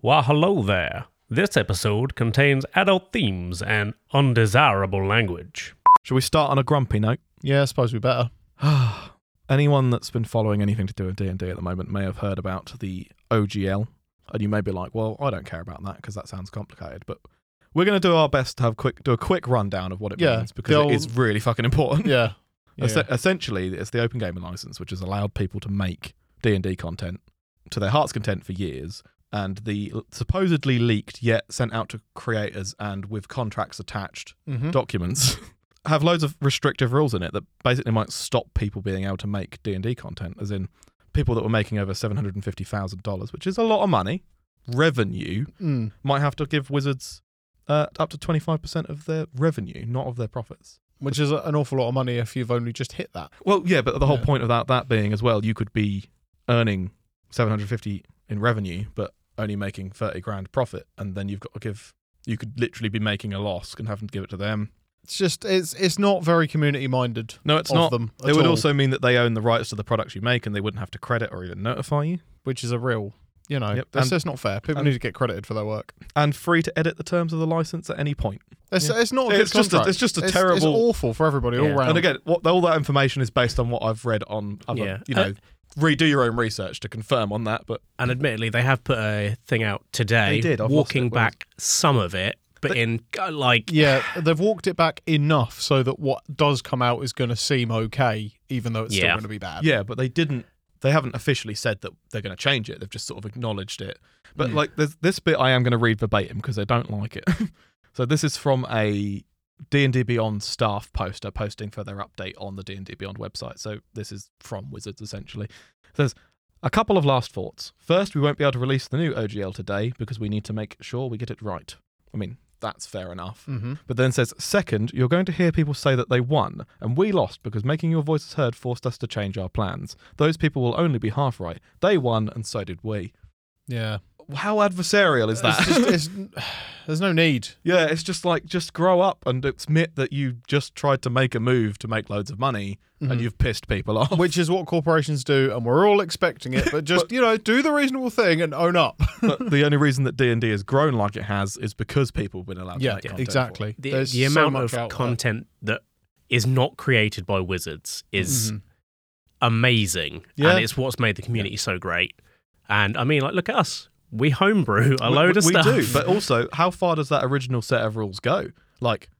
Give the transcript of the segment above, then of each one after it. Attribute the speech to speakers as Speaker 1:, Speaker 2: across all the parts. Speaker 1: Why, hello there. This episode contains adult themes and undesirable language.
Speaker 2: Should we start on a grumpy note?
Speaker 3: Yeah, I suppose we better.
Speaker 2: Anyone that's been following anything to do with D&D at the moment may have heard about the OGL, and you may be like, "Well, I don't care about that because that sounds complicated." But we're going to do our best to have quick do a quick rundown of what it
Speaker 3: Yeah,
Speaker 2: means
Speaker 3: the
Speaker 2: because
Speaker 3: old-
Speaker 2: it is really fucking important.
Speaker 3: Yeah. Yeah.
Speaker 2: Es- essentially, it's the Open Gaming License, which has allowed people to make D&D content to their heart's content for years, and the supposedly leaked yet sent out to creators and with contracts attached
Speaker 3: Mhm.
Speaker 2: documents have loads of restrictive rules in it that basically might stop people being able to make D&D content as in people that were making over $750,000 which is a lot of money revenue
Speaker 3: Mm.
Speaker 2: might have to give wizards uh, up to 25% of their revenue not of their profits
Speaker 3: Which is a- an awful lot of money if you've only just hit that.
Speaker 2: well yeah but the whole
Speaker 3: Yeah.
Speaker 2: point of that, that being as well you could be earning 750 in revenue but only making 30 grand profit and then you've got to give you could literally be making a loss and having to give it to them
Speaker 3: It's just it's it's not very community minded.
Speaker 2: no it's
Speaker 3: of
Speaker 2: not
Speaker 3: them.
Speaker 2: It
Speaker 3: at
Speaker 2: would
Speaker 3: all,
Speaker 2: also mean that they own the rights to the products you make and they wouldn't have to credit or even notify you.
Speaker 3: which is a real, you know,
Speaker 2: Yep,
Speaker 3: that's
Speaker 2: and-
Speaker 3: that's not fair. People
Speaker 2: and-
Speaker 3: need to get credited for their work.
Speaker 2: And free to edit the terms of the license at any point.
Speaker 3: It's,
Speaker 2: Yeah.
Speaker 3: it's not. A
Speaker 2: It's
Speaker 3: good
Speaker 2: just a-
Speaker 3: contract.
Speaker 2: it's just a
Speaker 3: It's
Speaker 2: terrible-
Speaker 3: awful for everybody all
Speaker 1: Yeah.
Speaker 3: round.
Speaker 2: And again, what, all that information is based on what I've read on other,
Speaker 1: Yeah.
Speaker 2: you know,
Speaker 1: Uh,
Speaker 2: redo your own research to confirm on that. But
Speaker 1: And admittedly, they have put a thing out today,
Speaker 2: They did, I've lost
Speaker 1: walking
Speaker 2: it, where is-
Speaker 1: back some of it, but in uh, like
Speaker 3: yeah, they've walked it back enough so that what does come out is going to seem okay, even though it's still
Speaker 1: Yeah.
Speaker 3: going to be bad.
Speaker 2: yeah, but they didn't, they haven't officially said that they're going to change it. They've just sort of acknowledged it. But like there's, this bit I am going to read verbatim because I don't like it. so this is from a D&D Beyond staff poster posting for their update on the D&D Beyond website. So this is from Wizards essentially. It says a couple of last thoughts. First, we won't be able to release the new OGL today because we need to make sure we get it right. I mean, that's fair enough.
Speaker 3: Mhm.
Speaker 2: But then says, second, you're going to hear people say that they won and we lost because making your voices heard forced us to change our plans. Those people will only be half right. They won and so did we.
Speaker 3: Yeah.
Speaker 2: How adversarial is that?
Speaker 3: It's just, it's, there's no need.
Speaker 2: Yeah, it's just like just grow up and admit that you just tried to make a move to make loads of money
Speaker 3: Mm-hmm.
Speaker 2: and you've pissed people off.
Speaker 3: Which is what corporations do, and we're all expecting it. But just you know, do the reasonable thing and own up.
Speaker 2: but the only reason that D and D has grown like it has is because people have been allowed. to
Speaker 3: yeah,
Speaker 2: make content for it.
Speaker 3: exactly.
Speaker 1: the,
Speaker 3: There's
Speaker 1: the
Speaker 3: so
Speaker 1: amount
Speaker 3: much
Speaker 1: of
Speaker 3: out there.
Speaker 1: content that is not created by wizards is
Speaker 3: Mhm.
Speaker 1: amazing,
Speaker 2: Yeah.
Speaker 1: and it's what's made the community so great. And I mean, like, look at us. We homebrew a load
Speaker 2: we,
Speaker 1: of stuff.
Speaker 2: We do, but also, how far does that original set of rules go? Like,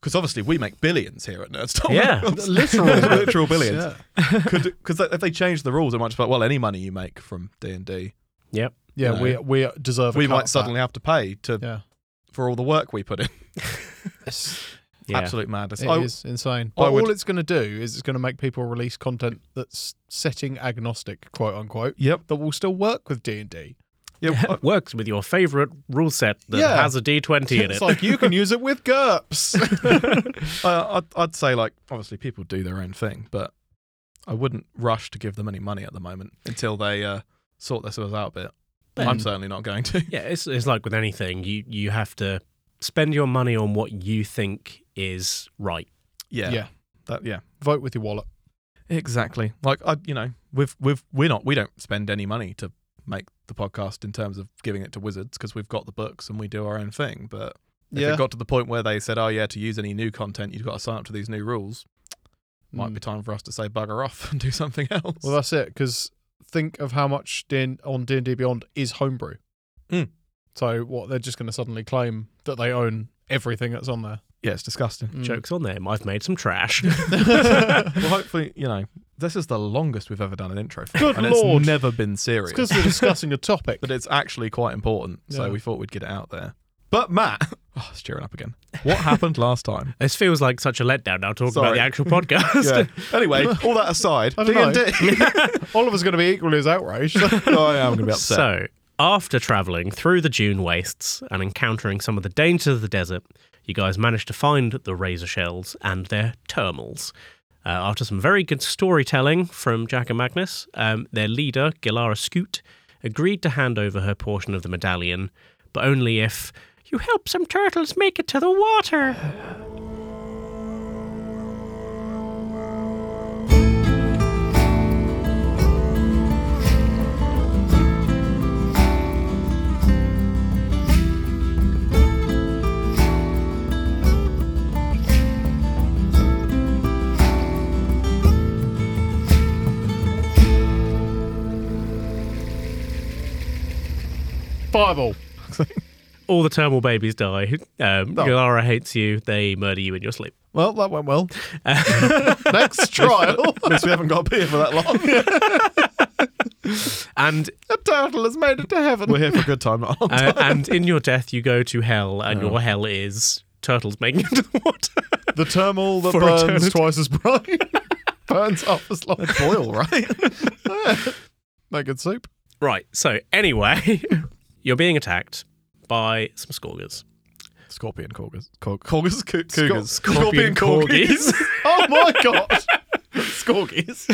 Speaker 2: because obviously we make billions here at Nerds. Talk.
Speaker 1: Yeah.
Speaker 2: literal, literal billions.
Speaker 3: Yeah.
Speaker 2: Because if they change the rules, it might just be like, well, any money you make from D and D,
Speaker 1: yep.
Speaker 3: Yeah,
Speaker 2: you
Speaker 3: we we deserve. A
Speaker 2: we
Speaker 3: cut of
Speaker 2: might
Speaker 3: that.
Speaker 2: suddenly have to pay to
Speaker 3: Yeah,
Speaker 2: for all the work we put in.
Speaker 3: it's,
Speaker 1: Yeah.
Speaker 2: Absolute madness.
Speaker 3: it
Speaker 2: I-
Speaker 3: is insane.
Speaker 2: I
Speaker 3: But
Speaker 2: would-
Speaker 3: all it's going to do is it's going to make people release content that's setting agnostic, quote unquote,
Speaker 2: Yep.
Speaker 3: that will still work with D and D.
Speaker 2: Yeah, I-
Speaker 1: It works with your favorite rule set that
Speaker 3: Yeah.
Speaker 1: has a d20 in
Speaker 3: It's
Speaker 1: it.
Speaker 3: like you can use it with GURPS.
Speaker 2: I, I'd, I'd say like obviously people do their own thing, but I wouldn't rush to give them any money at the moment until they uh, sort themselves out a bit.
Speaker 3: Mm.
Speaker 2: I'm certainly not going to.
Speaker 1: Yeah, it's, it's like with anything. You you have to spend your money on what you think is right.
Speaker 2: Yeah,
Speaker 3: Yeah.
Speaker 2: that yeah,
Speaker 3: Vote with your wallet.
Speaker 2: exactly. Like I, you know, we've we've we're not we don't spend any money to make the podcast in terms of giving it to wizards because we've got the books and we do our own thing. But if
Speaker 3: Yeah.
Speaker 2: it got to the point where they said, oh yeah, to use any new content, you've got to sign up to these new rules. Might
Speaker 3: Mm.
Speaker 2: be time for us to say bugger off and do something else.
Speaker 3: Well, that's it. Because think of how much D- on D and D Beyond is homebrew.
Speaker 2: Mm.
Speaker 3: So what they're just going to suddenly claim that they own everything that's on there.
Speaker 2: yeah, it's disgusting.
Speaker 3: Mm.
Speaker 1: Jokes on them. I've made some trash.
Speaker 2: well, hopefully, you know, this is the longest we've ever done an intro for.
Speaker 3: Good
Speaker 2: and
Speaker 3: lord.
Speaker 2: It's never been
Speaker 3: It's
Speaker 2: serious.
Speaker 3: because we're discussing a topic.
Speaker 2: but it's actually quite important. So
Speaker 3: Yeah.
Speaker 2: we thought we'd get it out there. But Matt, oh, it's cheering up again. What happened last time?
Speaker 1: this feels like such a letdown now talking about
Speaker 2: Sorry.
Speaker 1: the actual podcast.
Speaker 2: Anyway, all that aside,
Speaker 3: I
Speaker 2: D
Speaker 3: don't
Speaker 2: and D.
Speaker 3: Oliver's going to be equally as outraged.
Speaker 2: I am going to be upset.
Speaker 1: so, after traveling through the dune wastes and encountering some of the dangers of the desert, you guys managed to find the razor shells and their termals. Uh, after some very good storytelling from Jack and Magnus, um, their leader, Gilara Scoot, agreed to hand over her portion of the medallion, but only if you help some turtles make it to the water.
Speaker 3: Fireball.
Speaker 1: All the Termal babies die. Um,
Speaker 3: Oh.
Speaker 1: Galara hates you. They murder you in your sleep.
Speaker 2: Well, that went well.
Speaker 3: Next trial.
Speaker 2: At least we haven't got a beer for that long.
Speaker 1: And
Speaker 2: a turtle has made it to heaven. We're here for a good time, aren't
Speaker 1: uh, and in your death, you go to hell, and your hell is turtles making it into the water.
Speaker 3: The turmoil that
Speaker 1: For
Speaker 3: burns
Speaker 1: eternity.
Speaker 3: twice as bright. burns up as long.
Speaker 2: Boil, right?
Speaker 3: Make good soup.
Speaker 1: right. So anyway, you're being attacked by some scorgers.
Speaker 2: Scorpion corgis. Cor- corgis? Coo- cougars.
Speaker 1: Scor- scorpion corgis.
Speaker 3: Oh my god.
Speaker 2: Scorgis.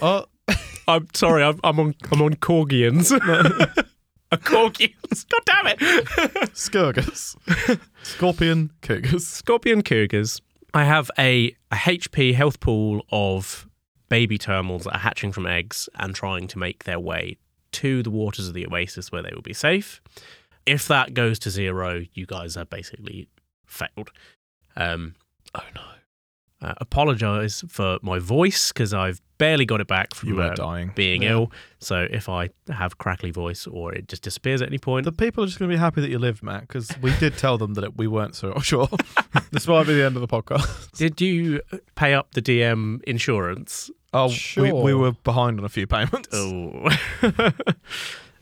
Speaker 2: uh,
Speaker 1: I'm sorry. I'm, I'm on. I'm on corgians. A corgians. God damn it.
Speaker 2: Skurgus. Scorpion cougars.
Speaker 1: Scorpion cougars. I have a, a HP health pool of baby termals that are hatching from eggs and trying to make their way to the waters of the oasis where they will be safe. If that goes to zero, you guys are basically failed. Um, oh no. Uh, apologize for my voice because I've barely got it back from
Speaker 2: You were
Speaker 1: uh,
Speaker 2: dying.
Speaker 1: being
Speaker 2: Yeah.
Speaker 1: ill. So if I have crackly voice or it just disappears at any point,
Speaker 2: The people are just going to be happy that you lived, Matt, because we did tell them that it, we weren't so sure. this might be the end of the podcast.
Speaker 1: did you pay up the DM insurance?
Speaker 2: Oh, we,
Speaker 3: Sure.
Speaker 2: we were behind on a few payments.
Speaker 1: Oh.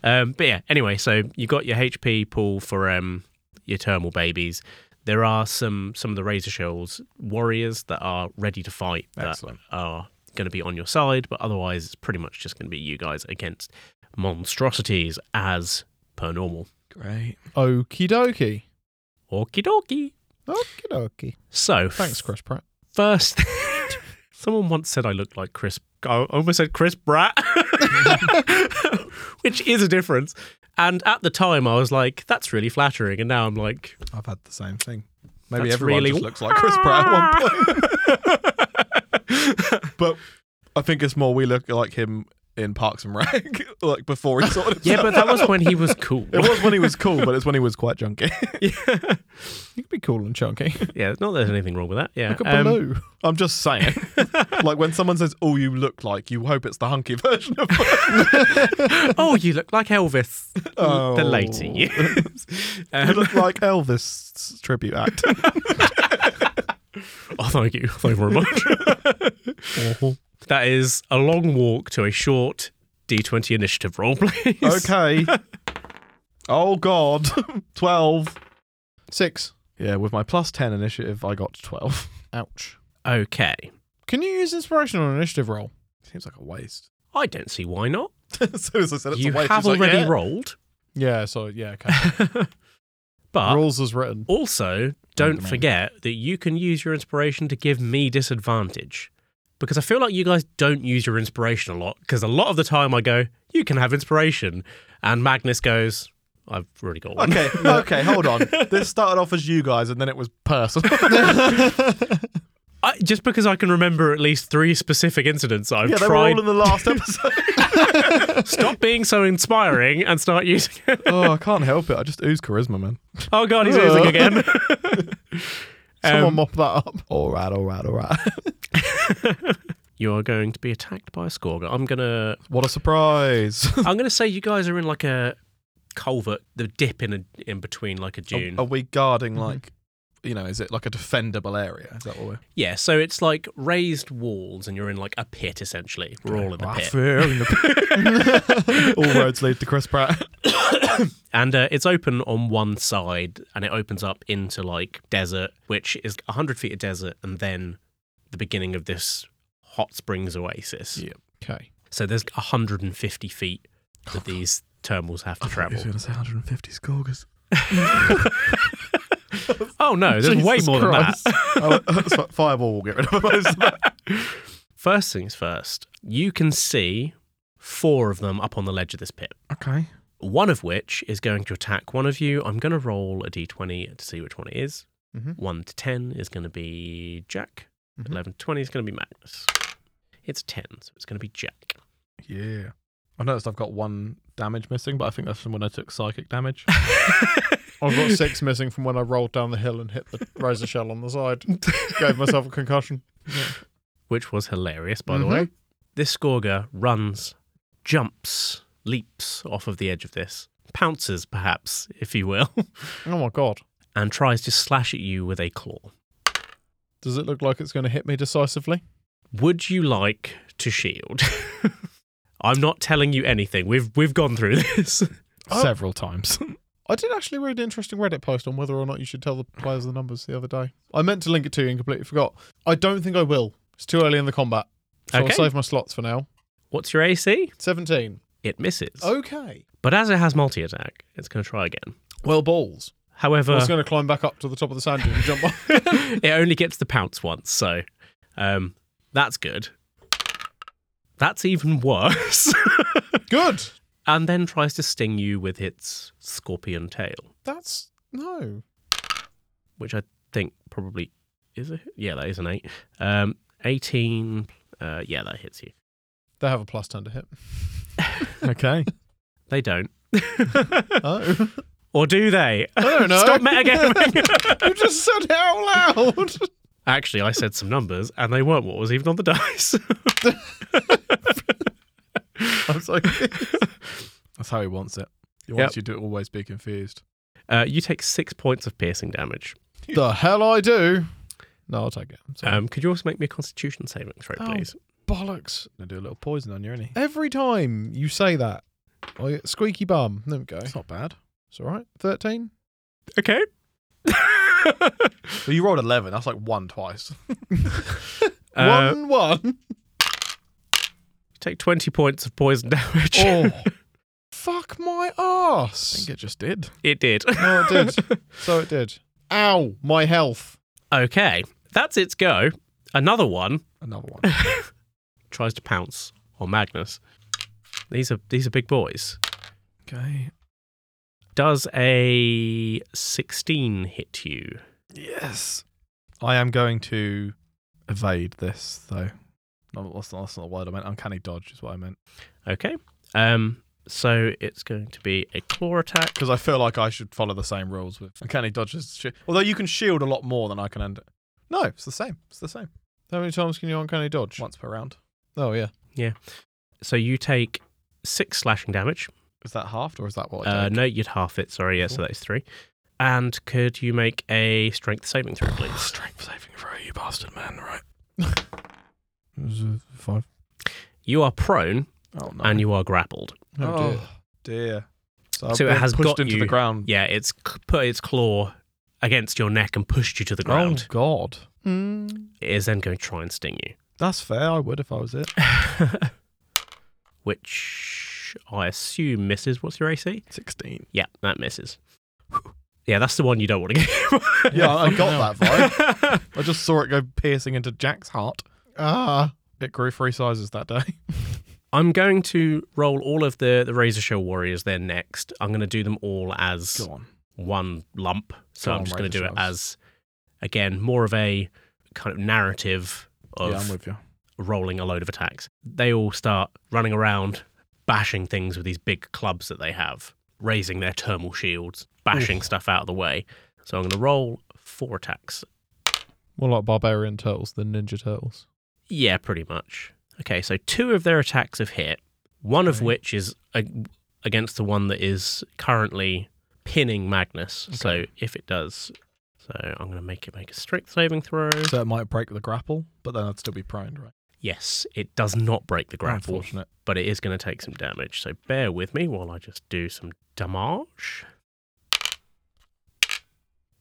Speaker 1: um, but yeah, anyway, so you got your HP pool for um, your termal babies. There are some some of the Razor Shoals warriors that are ready to fight that
Speaker 2: Excellent.
Speaker 1: are going to be on your side, but otherwise it's pretty much just going to be you guys against monstrosities as per normal.
Speaker 2: Great.
Speaker 3: Okie dokie.
Speaker 1: Okie dokie.
Speaker 3: Okie dokie.
Speaker 1: So,
Speaker 3: Thanks, Chris Pratt.
Speaker 1: first, someone once said I looked like Chris. I almost said Chris Bratt, which is a difference. And at the time, I was like, "That's really flattering," and now I'm like,
Speaker 2: I've had the same thing. Maybe
Speaker 1: That's
Speaker 2: everyone
Speaker 1: really-
Speaker 2: just looks like Chris Pratt at one point. but I think it's more we look like him in Parks and Rec, like before he sort of.
Speaker 1: "Yeah, but that was when he was cool."
Speaker 2: It was when he was cool, but it's when he was quite junky.
Speaker 3: You could be cool and chunky.
Speaker 1: yeah, not that there's anything wrong with that. Yeah,
Speaker 3: Look
Speaker 1: Um,
Speaker 3: at Baloo.
Speaker 2: I'm just saying. like when someone says, "Oh, you look like," you hope it's the hunky version of.
Speaker 1: oh, you look like Elvis, the
Speaker 2: Oh.
Speaker 1: lady.
Speaker 2: You
Speaker 1: um,
Speaker 2: look like Elvis tribute act.
Speaker 1: oh, thank you, thank you very much.
Speaker 2: Uh-huh.
Speaker 1: that is a long walk to a short D20 initiative roll, please.
Speaker 2: okay. Oh God, twelve.
Speaker 3: Six.
Speaker 2: Yeah, with my plus ten initiative, I got twelve.
Speaker 3: Ouch.
Speaker 1: Okay.
Speaker 3: Can you use inspiration on an initiative roll?
Speaker 2: Seems like a waste.
Speaker 1: I don't see why not.
Speaker 2: as soon as I said it's
Speaker 1: you
Speaker 2: a waste,
Speaker 1: have
Speaker 2: she's like,
Speaker 1: already
Speaker 2: "Yeah."
Speaker 1: rolled,
Speaker 3: Yeah, so yeah, okay.
Speaker 2: Ah.
Speaker 1: but
Speaker 3: Rules as written.
Speaker 1: also
Speaker 2: Wait a
Speaker 1: don't
Speaker 2: minute.
Speaker 1: forget that you can use your inspiration to give me disadvantage. Because I feel like you guys don't use your inspiration a lot, because a lot of the time I go, you can have inspiration. And Magnus goes, I've already got one.
Speaker 2: Okay, okay, hold on. This started off as you guys, and then it was personal.
Speaker 1: I, just because I can remember at least three specific incidents I've
Speaker 2: yeah, they were all
Speaker 1: tried,
Speaker 2: in the last episode.
Speaker 1: stop being so inspiring and start using it.
Speaker 2: oh, I can't help it. I just ooze charisma, man.
Speaker 1: Oh God, he's
Speaker 2: Uh.
Speaker 1: using again.
Speaker 3: Someone
Speaker 1: Um,
Speaker 3: mop that up.
Speaker 2: All right, all right, all right.
Speaker 1: you are going to be attacked by a scorger. I'm going to
Speaker 2: What a surprise!
Speaker 1: I'm going to say you guys are in like a culvert, the dip in a, in between like a dune.
Speaker 2: Are, are we guarding like, you know, is it like a defendable area? Is that what we're?
Speaker 1: Yeah, so it's like raised walls, and you're in like a pit essentially. We're all in the pit,
Speaker 2: all roads lead to Chris Pratt.
Speaker 1: and uh, it's open on one side, and it opens up into like desert, which is hundred feet of desert, and then the beginning of this hot springs oasis.
Speaker 2: Yeah.
Speaker 3: Okay.
Speaker 1: So there's 150 feet that these terminals have to travel.
Speaker 2: going to say 150 scorgers.
Speaker 1: Oh no, there's way more than that.
Speaker 2: oh, that's what- Fireball will get rid of most of that.
Speaker 1: First things first, you can see four of them up on the ledge of this pit.
Speaker 2: Okay.
Speaker 1: One of which is going to attack one of you. I'm going to roll a d20 to see which one it is.
Speaker 3: Mhm.
Speaker 1: 1 to 10 is going to be Jack.
Speaker 3: Mhm.
Speaker 1: 11 to 20 is going to be Magnus. It's 10, so it's going to be Jack.
Speaker 2: Yeah. I noticed I've got one damage missing, but I think that's from when I took psychic damage.
Speaker 3: I've got six missing from when I rolled down the hill and hit the razor shell on the side. Gave myself a concussion.
Speaker 1: Which was hilarious, by
Speaker 2: Mm-hmm.
Speaker 1: the way. This Scorga runs, jumps, leaps off of the edge of this pounces, perhaps, if you will,
Speaker 3: Oh my god.
Speaker 1: and tries to slash at you with a claw.
Speaker 3: Does it look like it's going to hit me decisively?
Speaker 1: Would you like to shield? I'm not telling you anything. We've we've gone through this.
Speaker 3: Oh.
Speaker 2: several times.
Speaker 3: I did actually read an interesting Reddit post on whether or not you should tell the players the numbers the other day. I meant to link it to you and completely forgot. I don't think I will. It's too early in the combat. So
Speaker 1: Okay.
Speaker 3: I'll save my slots for now.
Speaker 1: What's your AC?
Speaker 3: 17.
Speaker 1: It misses.
Speaker 3: Oh. Okay.
Speaker 1: But as it has multi attack, it's going to try again.
Speaker 3: Well, balls. I
Speaker 1: However,
Speaker 3: was going to climb back up to the top of the sand dune and jump off.
Speaker 1: it only gets the pounce once, so um, that's good. That's even worse.
Speaker 3: Good.
Speaker 1: and then tries to sting you with its scorpion tail,
Speaker 3: That's. No.
Speaker 1: which I think probably is a hit. Yeah, that is an eight. Um, 18. Uh, yeah, that hits you.
Speaker 3: They have a plus 10 to hit.
Speaker 2: okay.
Speaker 1: They don't.
Speaker 3: Oh.
Speaker 1: Or do they?
Speaker 3: I don't know.
Speaker 1: Stop metagaming.
Speaker 3: you just said it out loud.
Speaker 1: Actually, I said some numbers and they weren't what was even on the dice.
Speaker 3: I'm sorry.
Speaker 2: That's how he wants it. He
Speaker 1: wants
Speaker 2: wants you to always be confused.
Speaker 1: uh, you take six points of piercing damage.
Speaker 3: the hell I do. No, I'll take it. I'm sorry.
Speaker 1: Um, could you also make me a constitution saving throw,
Speaker 3: Oh.
Speaker 1: please?
Speaker 3: Bollocks.
Speaker 2: Gonna do a little poison on you, isn't he?
Speaker 3: Every time you say that, I get squeaky bum. There we go.
Speaker 2: It's not bad.
Speaker 3: It's all right. 13?
Speaker 1: Okay.
Speaker 2: So you rolled eleven. That's like one twice.
Speaker 1: Uh,
Speaker 3: one, one.
Speaker 1: take 20 points of poison damage.
Speaker 3: Oh. Fuck my
Speaker 2: I
Speaker 3: ass.
Speaker 2: think it just did.
Speaker 1: It did.
Speaker 3: No, it did. so it did. Ow, my health.
Speaker 1: Okay. That's its go. Another one
Speaker 2: Another one.
Speaker 1: tries to pounce on Magnus. These are these are big boys.
Speaker 2: okay.
Speaker 1: Does a 16 hit you?
Speaker 2: Yes. I am going to evade this though. No, that's not, that's not the word I meant. Uncanny dodge is what I meant.
Speaker 1: Okay. Um so it's going to be a claw attack.
Speaker 2: Because I feel like I should follow the same rules with uncanny dodges. Shi- Although you can shield a lot more than I can end it. No, it's the same. It's the same.
Speaker 3: How many times can you uncanny dodge?
Speaker 2: Once per round.
Speaker 3: Oh, yeah.
Speaker 1: So you take 6 slashing damage.
Speaker 2: Is that halved or is that what? I
Speaker 1: Uh,
Speaker 2: take?
Speaker 1: no, you'd half it. Sorry, yeah, so that is three. And could you make a strength saving throw, please?
Speaker 2: Strength saving throw, you bastard man, right? Five.
Speaker 1: You are prone
Speaker 2: Oh no.
Speaker 1: and you are grappled.
Speaker 3: Oh, dear.
Speaker 2: dear.
Speaker 1: So
Speaker 2: I've
Speaker 1: it
Speaker 2: been
Speaker 1: has
Speaker 2: pushed
Speaker 1: got
Speaker 2: into
Speaker 1: you-
Speaker 2: the ground.
Speaker 1: Yeah, it's c- put its claw against your neck and pushed you to the ground.
Speaker 2: Oh god.
Speaker 3: Mm.
Speaker 1: It is then going to try and sting
Speaker 2: That's fair. I would if I was it.
Speaker 1: you, which I assume misses. What's your AC?
Speaker 2: Sixteen.
Speaker 1: Yeah, that misses. Yeah, that's the one you don't want to
Speaker 2: Yeah, I got that vibe.
Speaker 1: get.
Speaker 2: I just saw it go piercing into Jack's heart.
Speaker 3: Ah.
Speaker 2: It grew three sizes that day.
Speaker 1: I'm going to roll all of the the Razor Show Warriors then next. I'm going to do them all as
Speaker 2: on.
Speaker 1: one lump. So
Speaker 2: Go
Speaker 1: I'm
Speaker 2: on,
Speaker 1: just going to do
Speaker 2: Razor
Speaker 1: it
Speaker 2: Shells.
Speaker 1: as, again, more of a kind of narrative of
Speaker 2: Yeah, I'm with you.
Speaker 1: rolling a load of attacks. They all start running around, bashing things with these big clubs that they have, raising their thermal shields, bashing stuff out of the way. So I'm going to roll four attacks.
Speaker 3: More like barbarian turtles than ninja turtles.
Speaker 1: Yeah, pretty much. Okay, so two of their attacks have hit, one of
Speaker 2: Okay.
Speaker 1: which is a- against the one that is currently pinning Magnus. So if it does, so I'm going to make it make a strength saving throw.
Speaker 2: So it might break the grapple, but then I'd still be prone, right?
Speaker 1: Yes, it does not break the grapple.
Speaker 2: Oh, Unfortunate.
Speaker 1: but it is going to take some damage. So bear with me while I just do some damage.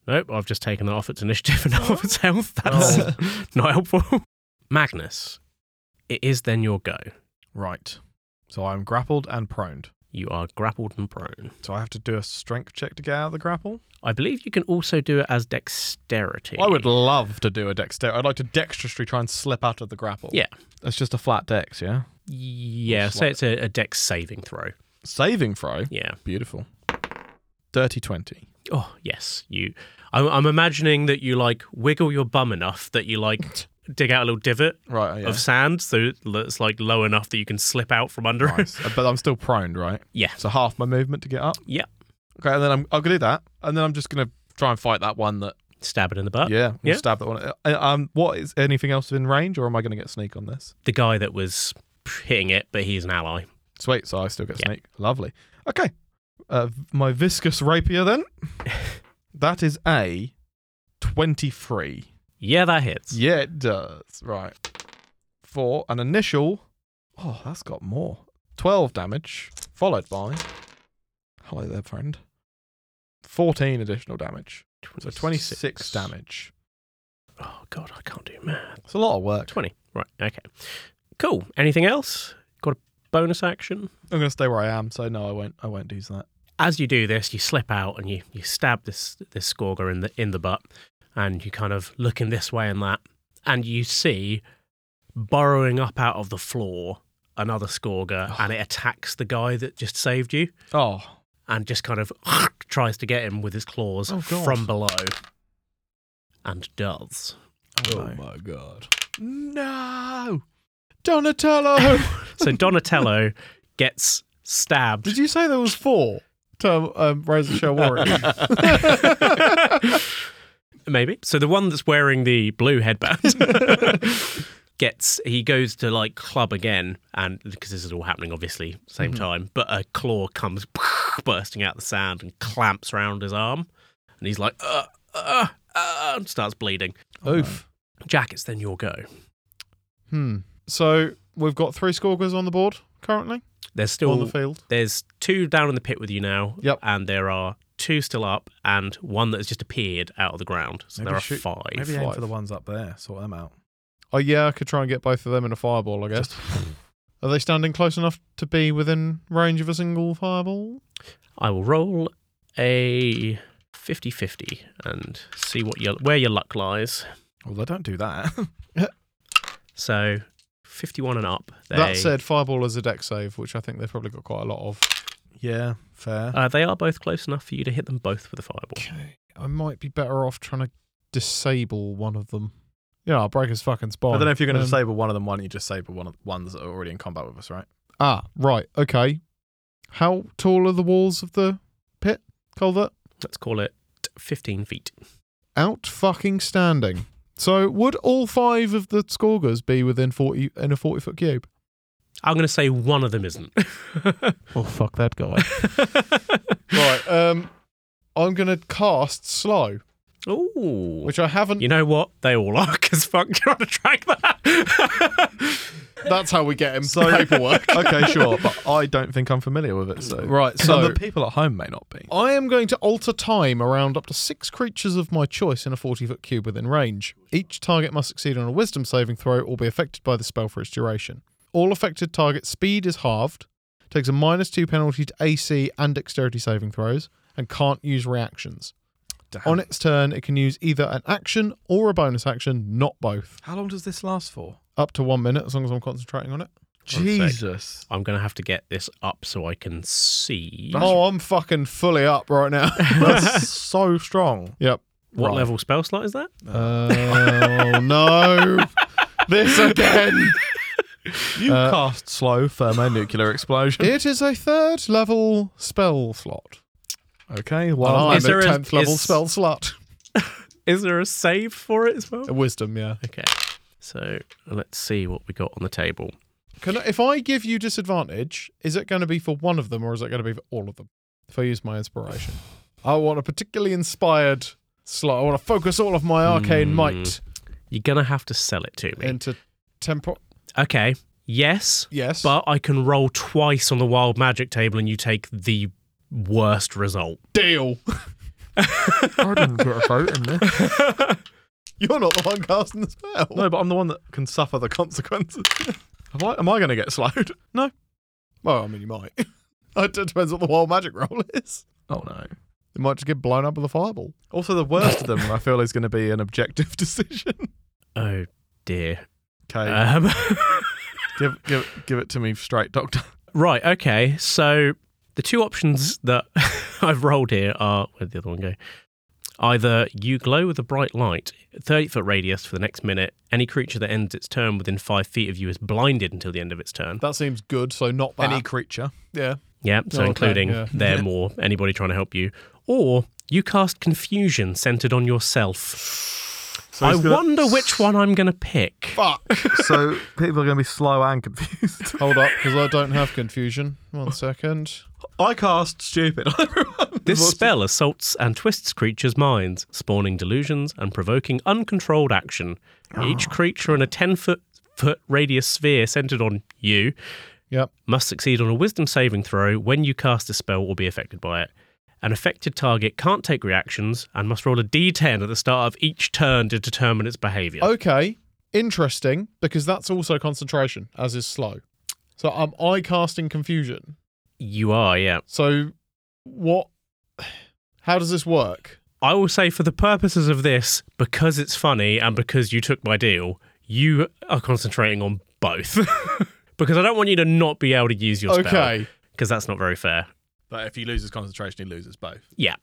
Speaker 1: Nope, I've just taken that off its initiative and off its health. That's
Speaker 2: Oh.
Speaker 1: not helpful. Magnus, it is then your go.
Speaker 2: Right. So I'm grappled and proned.
Speaker 1: You are grappled and prone.
Speaker 2: So I have to do a strength check to get out of the grapple.
Speaker 1: I believe you can also do it as dexterity.
Speaker 2: I would love to do a dexterity. I'd like to dexterously try and slip out of the grapple.
Speaker 1: Yeah.
Speaker 2: That's just a flat dex, yeah?
Speaker 1: Yeah,
Speaker 2: Looks
Speaker 1: so
Speaker 2: like
Speaker 1: it's a, a dex saving throw.
Speaker 2: Saving throw.
Speaker 1: Yeah.
Speaker 2: Beautiful. Dirty 20.
Speaker 1: Oh yes, you. I'm, I'm imagining that you like wiggle your bum enough that you like dig out a little divot
Speaker 2: Right, oh, yeah.
Speaker 1: of sand, so it's like low enough that you can slip out from under. it.
Speaker 2: Nice. Uh, but I'm still prone, right?
Speaker 1: Yeah.
Speaker 2: So half my movement to get up.
Speaker 1: Yeah.
Speaker 2: Okay, and then I'm, I'm going to do that. And then I'm just going to try and fight that one that,
Speaker 1: Stab it in the butt.
Speaker 2: yeah, I'm gonna
Speaker 1: Uh, yeah.
Speaker 2: stab that one. Uh, Um, what is anything else in range, or am I going to get sneak on this?
Speaker 1: The guy that was hitting it, but he's an ally.
Speaker 2: Sweet, so I still get
Speaker 1: Yeah.
Speaker 2: sneak. Lovely. Okay. Uh, my viscous rapier then. that is a 23.
Speaker 1: Yeah, that hits.
Speaker 2: Yeah, it does. Right. For an initial. Oh, that's got more. 12 damage, followed by. Hello there, friend. 14 additional damage. So 26 damage.
Speaker 1: Oh god, I can't do math.
Speaker 2: It's a lot of work.
Speaker 1: Twenty. Right. Okay. Cool. Anything else? Got a bonus action?
Speaker 2: I'm going to stay where I am, so no, I won't I won't use that.
Speaker 1: as you do this, you slip out and you, you stab this this Scorger in the in the butt, and you kind of looking this way and that, and you see burrowing up out of the floor another Scorger, and it attacks the guy that just saved you,
Speaker 2: Oh,
Speaker 1: and just kind of tries to get him with his claws
Speaker 2: Oh, God.
Speaker 1: from below, and does.
Speaker 2: Oh,
Speaker 3: my god.
Speaker 2: no.
Speaker 3: Donatello!
Speaker 1: So Donatello gets stabbed.
Speaker 3: Did you say there was four to um, Razor Shell Warriors?
Speaker 1: Maybe. So the one that's wearing the blue headband gets he goes to like club again and because this is all happening obviously same time, but a claw comes bursting out the sand and clamps round his arm and he's like uh, uh, uh, and starts bleeding.
Speaker 2: Oof.
Speaker 1: Jack, it's then your go.
Speaker 3: hmm. So we've got three Scorgers on the board currently,
Speaker 1: There's still
Speaker 3: on the field.
Speaker 1: there's two down in the pit with you now.
Speaker 3: Yep.
Speaker 1: And there are two still up and one that has just appeared out of the ground. So
Speaker 2: Maybe
Speaker 1: there are
Speaker 2: shoot-
Speaker 1: five.
Speaker 2: Maybe aim
Speaker 3: five.
Speaker 2: for the ones up there. Sort them out.
Speaker 3: Oh, yeah, I could try and get both of them in a fireball, I guess. Are they standing close enough to be within range of a single fireball?
Speaker 1: I will roll a 50-50 and see what your where your luck lies.
Speaker 2: Well, they don't do that.
Speaker 1: So 51 and up. They,
Speaker 3: That said, fireball is a deck save, which I think they've probably got quite a lot of.
Speaker 2: yeah, fair.
Speaker 1: uh, they are both close enough for you to hit them both with a fireball.
Speaker 3: Okay. I might be better off trying to disable one of them. Yeah, I'll break his fucking spine.
Speaker 2: I don't know if you're going to
Speaker 3: Um,
Speaker 2: disable one of them. Why don't you just disable one of the ones that are already in combat with us, right?
Speaker 3: Ah, right. Okay. How tall are the walls of the pit culvert?
Speaker 1: Let's call it 15 feet.
Speaker 3: Out fucking standing. So would all five of the Scorgers be within forty in a forty foot cube?
Speaker 1: I'm going to say one of them isn't.
Speaker 3: Oh fuck that guy. right. Um, I'm gonna cast slow,
Speaker 1: Ooh.
Speaker 3: which I haven't.
Speaker 1: you know what? They all are because fuck, you're on a track that.
Speaker 3: That's how we get him.
Speaker 2: So-
Speaker 3: paperwork.
Speaker 2: okay, sure, but I don't think I'm familiar with it. So
Speaker 3: Right.
Speaker 2: so
Speaker 3: So
Speaker 2: the people at home may not be.
Speaker 3: I am going to alter time around up to six creatures of my choice in a 40 foot cube within range. Each target must succeed on a wisdom saving throw or be affected by the spell for its duration. All affected targets' speed is halved, takes a minus two penalty to AC and dexterity saving throws, and can't use reactions.
Speaker 2: Damn.
Speaker 3: On its turn, it can use either an action or a bonus action, not both.
Speaker 2: How long does this last for?
Speaker 3: Up to one minute, as long as I'm concentrating on it.
Speaker 1: sec.
Speaker 2: Jesus.
Speaker 1: I'm going to have to get this up so I can see.
Speaker 3: Oh, I'm fucking fully up right now.
Speaker 2: That's so strong.
Speaker 3: yep.
Speaker 1: What
Speaker 2: Right.
Speaker 1: level spell slot is that?
Speaker 3: Oh, no. This again.
Speaker 2: You cast slow thermonuclear explosion.
Speaker 3: It is a third level spell slot.
Speaker 2: okay,
Speaker 3: And
Speaker 2: well,
Speaker 1: Oh,
Speaker 3: I'm
Speaker 1: is there
Speaker 3: a
Speaker 1: a-
Speaker 3: tenth level
Speaker 1: is-
Speaker 3: spell slot.
Speaker 1: Is there a save for it as well?
Speaker 3: Wisdom, yeah.
Speaker 1: Okay. So let's see what we got on the table.
Speaker 3: Can I, if I give you disadvantage, is it going to be for one of them or is it going to be for all of them? If I use my inspiration, I want a particularly inspired slot. I want to focus all of my arcane
Speaker 1: Hmm.
Speaker 3: might
Speaker 1: You're going to have to sell it to me.
Speaker 3: into tempo.
Speaker 1: okay. Yes,
Speaker 3: Yes,
Speaker 1: but I can roll twice on the wild magic table and you take the worst result.
Speaker 3: deal.
Speaker 2: I didn't get a vote in there.
Speaker 3: You're not the one casting the spell.
Speaker 2: No, but I'm the one that can suffer the consequences. Am I, am I going to get slowed? No.
Speaker 3: Well, I mean, you might. it depends what the wild magic roll is.
Speaker 2: Oh no.
Speaker 3: It might just get blown up with a fireball.
Speaker 2: Also, the worst of them, I feel, is going to be an objective decision.
Speaker 1: Oh dear.
Speaker 2: Okay,
Speaker 1: Um,
Speaker 2: give give give it to me straight, Doctor.
Speaker 1: right. Okay. So the two options that I've rolled here are where'd the other one go? Either you glow with a bright light, 30 foot radius for the next minute. Any creature that ends its turn within five feet of you is blinded until the end of its turn.
Speaker 3: That seems good. So not bad.
Speaker 2: Any creature.
Speaker 3: yeah.
Speaker 1: Yeah, so
Speaker 3: Oh, okay,
Speaker 1: including
Speaker 3: yeah.
Speaker 1: them or anybody trying to help you. Or you cast confusion centered on yourself.
Speaker 2: So
Speaker 1: I
Speaker 2: it's gonna-
Speaker 1: wonder which one I'm going to pick.
Speaker 3: Fuck.
Speaker 2: so people are going to be slow and confused.
Speaker 3: Hold up, because I don't have confusion. One second.
Speaker 2: I cast stupid on everyone.
Speaker 1: This
Speaker 2: What's-
Speaker 1: spell assaults and twists creatures' minds, spawning delusions and provoking uncontrolled action. Each creature in a 10 foot, foot radius sphere centered on you
Speaker 3: Yep.
Speaker 1: must succeed on a wisdom saving throw when you cast a spell or be affected by it. An affected target can't take reactions and must roll a d10 at the start of each turn to determine its behavior.
Speaker 3: Okay. Interesting, because that's also concentration, as is slow. So I'm eye casting confusion.
Speaker 1: You are, yeah.
Speaker 3: So what? How does this work?
Speaker 1: I will say, for the purposes of this, because it's funny and because you took my deal, you are concentrating on both. because I don't want you to not be able to use your spell.
Speaker 3: Okay.
Speaker 1: Because that's not very fair.
Speaker 2: But if he loses concentration, he loses both.
Speaker 1: Yeah.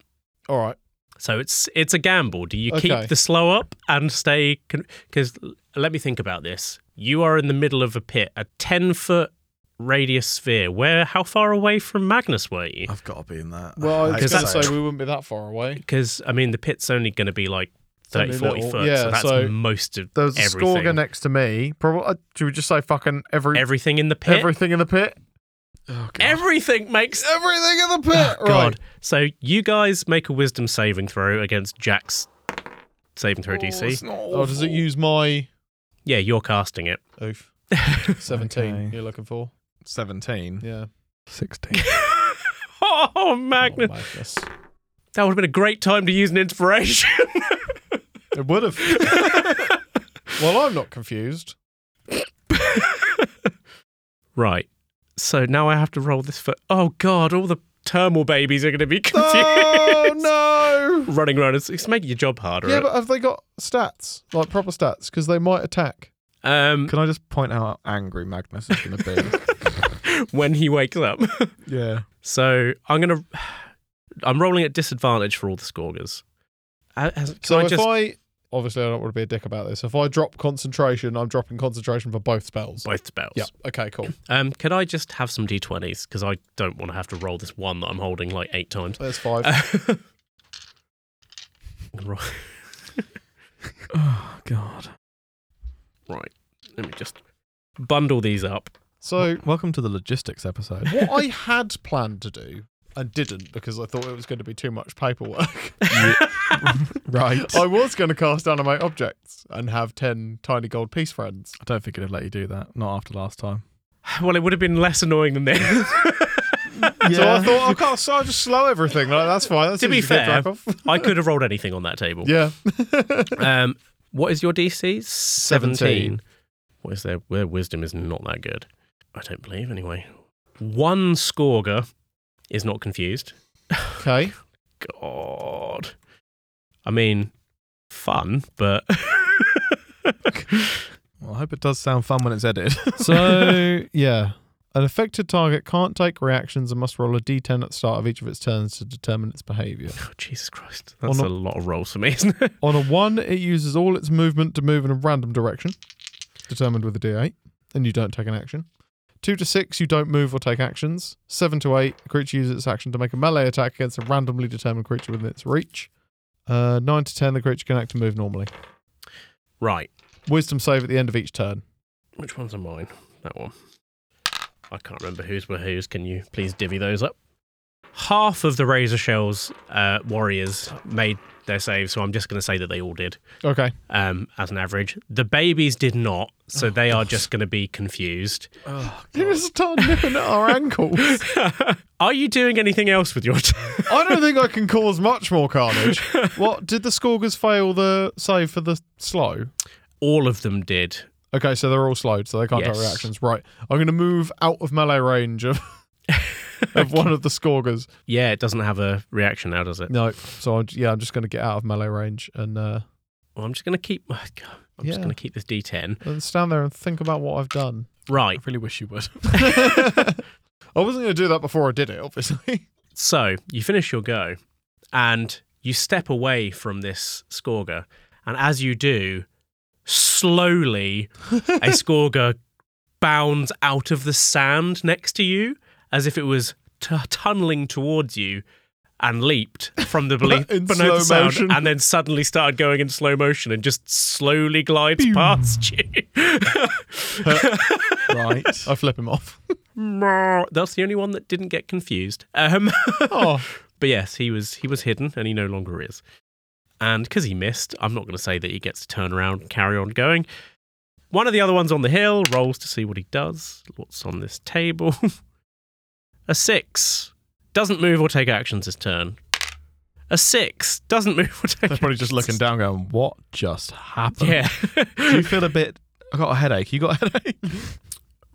Speaker 3: All right.
Speaker 1: So it's it's a gamble. Do you
Speaker 3: Okay.
Speaker 1: keep the slow up and stay? Because let me think about this. You are in the middle of a pit, a ten foot radius sphere. Where? How far away from Magnus were
Speaker 3: Uh,
Speaker 1: you?
Speaker 2: I've got to be in that.
Speaker 3: Well, I was
Speaker 1: Because
Speaker 3: going to
Speaker 1: that's-
Speaker 3: say we wouldn't be that far away.
Speaker 1: Because I mean, the pit's only going to be like 30,
Speaker 3: Only
Speaker 1: 40
Speaker 3: little.
Speaker 1: foot.
Speaker 3: Yeah,
Speaker 1: so that's
Speaker 3: so
Speaker 1: most of
Speaker 4: There was a
Speaker 1: everything.
Speaker 4: Scorga next to me. Probably, uh, do we just say fucking every,
Speaker 1: everything in the pit.
Speaker 4: everything in the pit?
Speaker 2: Oh, God.
Speaker 1: everything makes
Speaker 3: Everything in the pit.
Speaker 1: God.
Speaker 3: Right.
Speaker 1: So you guys make a wisdom saving throw against Jack's saving throw DC.
Speaker 3: Oh, does it use my
Speaker 1: Yeah, you're casting it.
Speaker 3: oof? Seventeen.
Speaker 2: Okay.
Speaker 3: You're looking for?
Speaker 2: 17?
Speaker 3: Yeah.
Speaker 2: 16.
Speaker 1: Oh,
Speaker 3: Oh,
Speaker 1: Magnus.
Speaker 3: Magnus.
Speaker 1: That would have been a great time to use an inspiration.
Speaker 3: It would have. well, I'm not confused.
Speaker 1: right. So now I have to roll this for. Oh, God, all the turmoil babies are going to be confused.
Speaker 3: Oh, no!
Speaker 1: Running around. It's, it's making your job harder.
Speaker 3: Yeah, but have they got stats? Like proper stats? Because they might attack.
Speaker 1: um,
Speaker 2: Can I just point out how angry Magnus is going to
Speaker 1: when he wakes up.
Speaker 2: be? yeah.
Speaker 1: so I'm going to. I'm rolling at disadvantage for all the scorgers. As- as- Can
Speaker 3: So
Speaker 1: I
Speaker 3: if
Speaker 1: just.
Speaker 3: I. Obviously, I don't want to be a dick about this. If I drop concentration, I'm dropping concentration for both spells.
Speaker 1: Both spells.
Speaker 3: Yeah. Okay, cool.
Speaker 1: Um, could I just have some d20s? Because I don't want to have to roll this one that I'm holding like eight times.
Speaker 3: There's five.
Speaker 1: Uh, Right.
Speaker 2: Oh, God.
Speaker 1: right. Let me just bundle these up.
Speaker 3: so,
Speaker 2: Welcome to the logistics episode.
Speaker 3: what I had planned to do and didn't because I thought it was going to be too much paperwork.
Speaker 2: right.
Speaker 3: I was going to cast animate objects and have 10 tiny gold piece friends.
Speaker 2: I don't think it'd let you do that. Not after last time.
Speaker 1: Well, it would have been less annoying than this.
Speaker 3: So I thought, I'll cast, so I'll just slow everything. Like, that's fine. That's
Speaker 1: To be
Speaker 3: easy get
Speaker 1: fair-
Speaker 3: track of.
Speaker 1: I could have rolled anything on that table.
Speaker 3: Yeah.
Speaker 1: Um, what is your DC? 17. What is their, their wisdom is not that good. I don't believe, anyway. One Scorger is not confused.
Speaker 3: Okay.
Speaker 1: God. I mean, fun, but.
Speaker 2: Well, I hope it does sound fun when it's edited.
Speaker 3: So yeah, an affected target can't take reactions and must roll a d10 at the start of each of its turns to determine its behavior.
Speaker 1: Oh, Jesus Christ.
Speaker 3: Well,
Speaker 1: That's
Speaker 3: not-
Speaker 1: a lot of rolls for me, isn't it?
Speaker 3: On a one, it uses all its movement to move in a random direction, determined with a d8, and you don't take an action. Two to six, you don't move or take actions. Seven to eight, a creature uses its action to make a melee attack against a randomly determined creature within its reach. Uh, nine to ten, the creature can act to move normally.
Speaker 1: Right.
Speaker 3: Wisdom save at the end of each turn.
Speaker 1: Which ones are mine? That one. I can't remember whose were whose. Can you please divvy those up? Half of the Razor Shells uh, warriors made their save, so I'm just going to say that they all did
Speaker 3: Okay.
Speaker 1: um, as an average. The babies did not, so they are just going to be confused.
Speaker 2: oh,
Speaker 3: You're gonna start nipping at our ankles.
Speaker 1: are you doing anything else with your turn?
Speaker 3: I don't think I can cause much more carnage. What did the Scorgers fail the save for the slow?
Speaker 1: All of them did.
Speaker 3: Okay, so they're all slowed, so they can't
Speaker 1: Yes.
Speaker 3: take reactions. Right, I'm going to move out of melee range of of one of the Scorgers.
Speaker 1: Yeah, it doesn't have a reaction now, does it?
Speaker 3: No, so I'm, yeah, I'm just going to get out of melee range and uh,
Speaker 1: Well, I'm just going to keep. oh, I'm just
Speaker 3: Yeah.
Speaker 1: going to keep this D10.
Speaker 3: and stand there and think about what I've done.
Speaker 1: Right.
Speaker 2: I really wish you would.
Speaker 3: I wasn't going to do that before I did it, obviously.
Speaker 1: So you finish your go and you step away from this Scorga. And as you do, slowly a Scorga bounds out of the sand next to you as if it was t- tunneling towards you and leaped from the beneath,
Speaker 3: In
Speaker 1: beneath the
Speaker 3: slow
Speaker 1: sound
Speaker 3: motion.
Speaker 1: and then suddenly started going in slow motion and just slowly glides past you.
Speaker 2: right.
Speaker 3: I flip him off.
Speaker 1: "Meow." That's the only one that didn't get confused. Um,
Speaker 3: Oh,
Speaker 1: but yes, he was he was hidden, and he no longer is. And because he missed, I'm not going to say that he gets to turn around and carry on going. One of the other ones on the hill rolls to see what he does. What's on this table? a six doesn't move or take actions this turn. A six doesn't move or take.
Speaker 2: They're probably just looking
Speaker 1: actions.
Speaker 2: down, going, "What just happened?"
Speaker 1: Yeah.
Speaker 2: Do you feel a bit? I got a headache. You got a headache.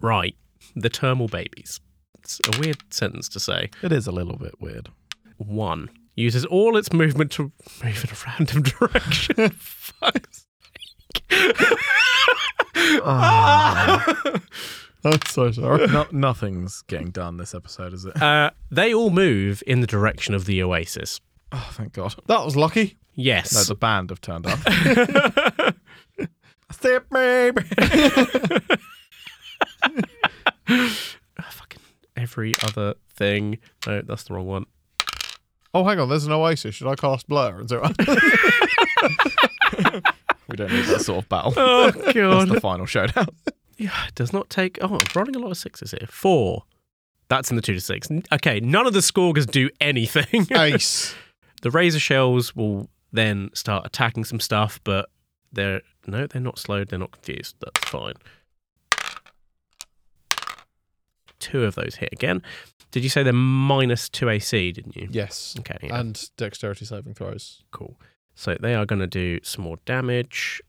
Speaker 1: right. The termal babies. It's a weird sentence to say.
Speaker 2: It is a little bit weird.
Speaker 1: One uses all its movement to move in a random direction. Fuck's sake. Ah.
Speaker 3: I'm so sorry.
Speaker 2: No, nothing's getting done this episode, is it?
Speaker 1: Uh, they all move in the direction of the oasis.
Speaker 2: Oh, thank God.
Speaker 3: That was lucky.
Speaker 2: No,
Speaker 1: Yes.
Speaker 2: the band have turned up. Step baby.
Speaker 1: Fucking every other thing. No, that's the wrong one.
Speaker 3: Oh, hang on. There's an oasis. Should I cast blur? And so
Speaker 2: We don't need that sort of battle.
Speaker 1: Oh,
Speaker 2: That's
Speaker 1: God.
Speaker 2: the final showdown.
Speaker 1: Yeah, it does not take. Oh, I'm rolling a lot of sixes here. Four. That's in the two to six. N- Okay, none of the Scorgers do anything.
Speaker 3: ace.
Speaker 1: the razor shells will then start attacking some stuff, but they're no, they're not slowed, they're not confused. That's fine. Two of those hit again. Did you say they're minus two AC, didn't you?
Speaker 3: Yes.
Speaker 1: Okay, yeah,
Speaker 3: And dexterity saving throws.
Speaker 1: cool. So they are gonna do some more damage.